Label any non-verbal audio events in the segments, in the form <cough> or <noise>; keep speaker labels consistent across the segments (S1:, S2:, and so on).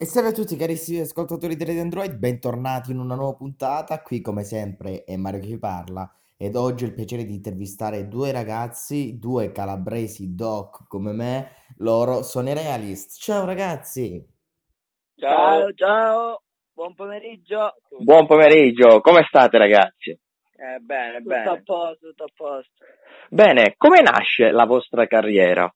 S1: E salve a tutti carissimi ascoltatori di Radio Android, bentornati in una nuova puntata. Qui come sempre è Mario che vi parla ed oggi ho il piacere di intervistare due ragazzi, due calabresi doc come me, loro sono i Realist. Ciao ragazzi!
S2: Ciao,
S3: Ciao,
S2: ciao, buon pomeriggio. a tutti.
S3: buon pomeriggio, come state ragazzi?
S2: Eh, bene,
S4: Tutto a
S2: bene.
S4: posto, tutto a posto.
S3: Bene, come nasce la vostra carriera?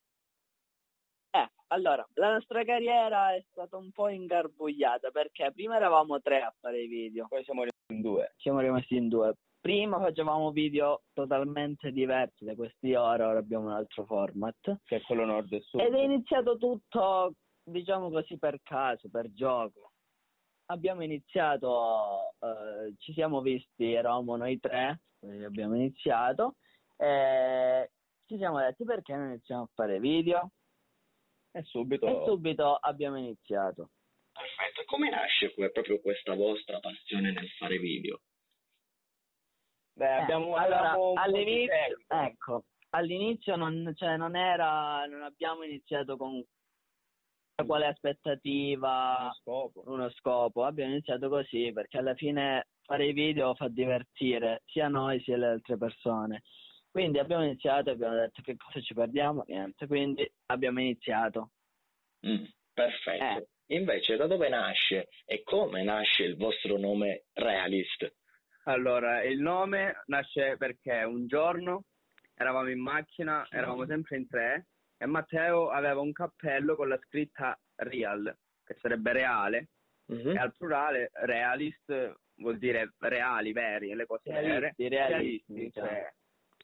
S4: Eh, allora, la nostra carriera è stata un po' ingarbugliata perché prima eravamo tre a fare i video,
S2: Poi siamo rimasti in due.
S4: siamo rimasti in due. Prima facevamo video totalmente diversi da questi ora, ora abbiamo un altro format.
S2: Che è quello nord e sud.
S4: Ed è iniziato tutto, diciamo così, per caso, per gioco. Abbiamo iniziato, eh, ci siamo visti, eravamo noi tre, eh, abbiamo iniziato, e ci siamo detti perché non iniziamo a fare video?
S2: E subito.
S4: E subito abbiamo iniziato.
S3: Perfetto, come nasce que- proprio questa vostra passione nel fare video?
S2: Beh,
S4: Eh,
S2: abbiamo,
S4: allora,
S2: abbiamo un po' di
S4: all'inizio,
S2: seguito.
S4: ecco, all'inizio non, cioè, non era, non abbiamo iniziato con quale aspettativa,
S2: Uno scopo.
S4: uno scopo. Abbiamo iniziato così perché alla fine fare i video fa divertire sia noi sia le altre persone. Quindi abbiamo iniziato e abbiamo detto che cosa ci perdiamo? Niente, quindi abbiamo iniziato.
S3: Mm, perfetto. Invece, da dove nasce e come nasce il vostro nome Realist?
S5: Allora, il nome nasce perché un giorno eravamo in macchina, eravamo sempre in tre e Matteo aveva un cappello con la scritta Real, che sarebbe reale,
S4: Mhm.
S5: e al plurale realist vuol dire reali, veri, le cose vere.
S4: Realisti, realisti,
S5: Realisti,
S4: diciamo.
S5: cioè,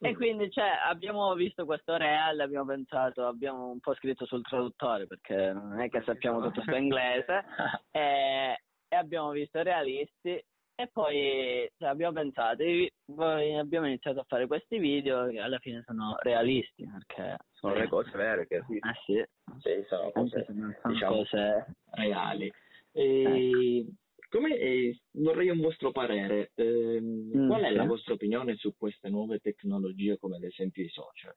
S4: E quindi cioè, abbiamo visto questo real, abbiamo pensato, abbiamo un po' scritto sul traduttore perché non è che sappiamo tutto sto inglese e, e abbiamo visto realisti e poi cioè, abbiamo pensato, e poi abbiamo iniziato a fare questi video che alla fine sono realisti perché
S5: sono le cose vere che sì.
S4: Ah sì,
S3: Eh, Sì, sono
S4: anche
S3: cose
S4: se non sono
S3: diciamo-
S4: cose...
S3: reali. E
S5: Ecco.
S3: come, eh, vorrei un vostro parere. Ehm,
S4: Mm,
S3: qual è la
S4: sì.
S3: vostra opinione su queste nuove tecnologie come ad esempio i social?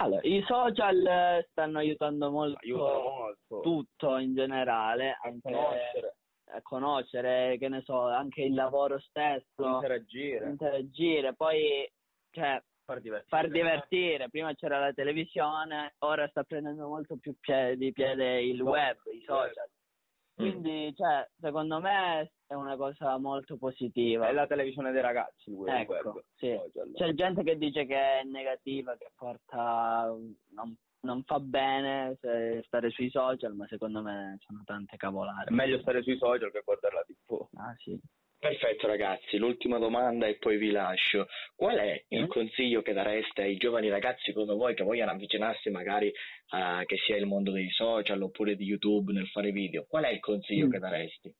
S4: Allora, i social eh, stanno aiutando molto
S5: aiutano molto.
S4: tutto in generale, anche
S5: conoscere,
S4: a conoscere, che ne so, anche il lavoro stesso,
S5: interagire,
S4: interagire, poi cioè,
S5: far divertire.
S4: far divertire. Prima c'era la televisione, ora sta prendendo molto più pie- di piede il web, i social.
S5: Mm.
S3: Mm.
S4: Quindi, cioè, secondo me è una cosa molto positiva.
S5: È la televisione dei ragazzi, il web.
S4: Ecco, sì.
S5: social.
S3: Cioè
S4: C'è gente che dice che è negativa, che porta, non, non fa bene se- stare sui social, ma secondo me sono tante
S5: È
S4: cavolate.
S5: meglio stare sui social che guardarla di TV.
S4: Ah, sì.
S3: Perfetto ragazzi, l'ultima domanda e poi vi lascio. Qual è il
S4: Mm.
S3: consiglio che dareste ai giovani ragazzi come voi che vogliono avvicinarsi magari a che sia il mondo dei social oppure di YouTube nel fare video? Qual è il consiglio
S4: Mm.
S3: che daresti?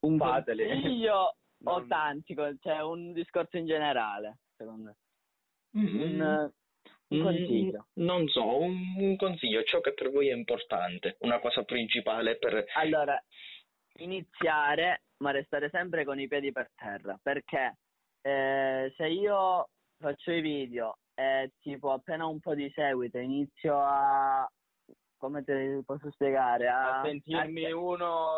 S4: Un
S5: Fateli.
S4: consiglio o
S5: Non-
S4: tanti, con- cioè un discorso in generale, secondo me.
S5: Mm-hmm.
S4: Un, eh, un
S3: Mm,
S4: consiglio.
S3: Non so, un, un consiglio, ciò che per voi è importante, una cosa principale per...
S4: Allora, iniziare, ma restare sempre con i piedi per terra, perché eh, se io faccio i video e tipo appena un po' di seguito inizio a, come te posso spiegare, a,
S5: a sentirmi
S4: a-
S5: uno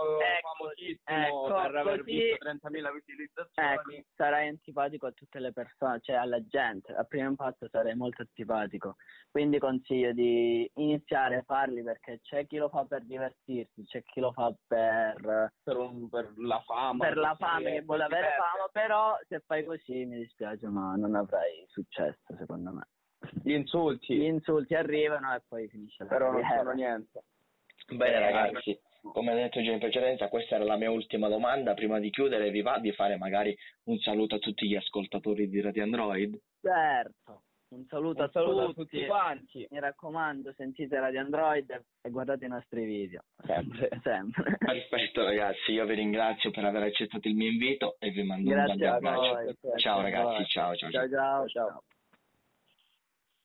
S4: Ah, Ecco,
S5: famosissimo
S4: ecco,
S5: per aver
S4: così-
S5: visto 30.000 visualizzazioni.
S4: Ecco, sarai antipatico a tutte le persone, cioè alla gente. A primo impatto sarai molto antipatico. Quindi consiglio di iniziare a farli perché c'è chi lo fa per divertirsi, c'è chi lo fa per,
S5: per, un- per la fama.
S4: per la
S5: così,
S4: fame,
S5: eh,
S4: che vuole
S5: si
S4: avere
S5: perde.
S4: fama, però se fai così mi dispiace, ma non avrai successo secondo me.
S5: Gli insulti,
S4: Gli insulti arrivano e poi finisce la
S5: però non
S4: carriera.
S5: sono niente.
S3: Bene
S5: Eh,
S3: ragazzi, come detto già in precedenza, questa era la mia ultima domanda, prima di chiudere vi va di fare magari un saluto a tutti gli ascoltatori di Radio Android?
S4: Certo, un saluto,
S5: Un saluto
S4: a
S5: a
S4: tutti.
S5: tutti quanti.
S4: Mi raccomando, sentite Radio Android e guardate i nostri video.
S5: Sempre.
S4: Sempre.
S3: Perfetto ragazzi, io vi ringrazio per aver accettato il mio invito e vi mando
S4: <laughs>
S3: un
S4: Grazie
S3: grande
S4: a
S3: abbraccio.
S4: voi.
S3: Ciao
S4: Grazie a voi.
S3: ragazzi, ciao ciao. ciao.
S4: ciao. ciao. ciao.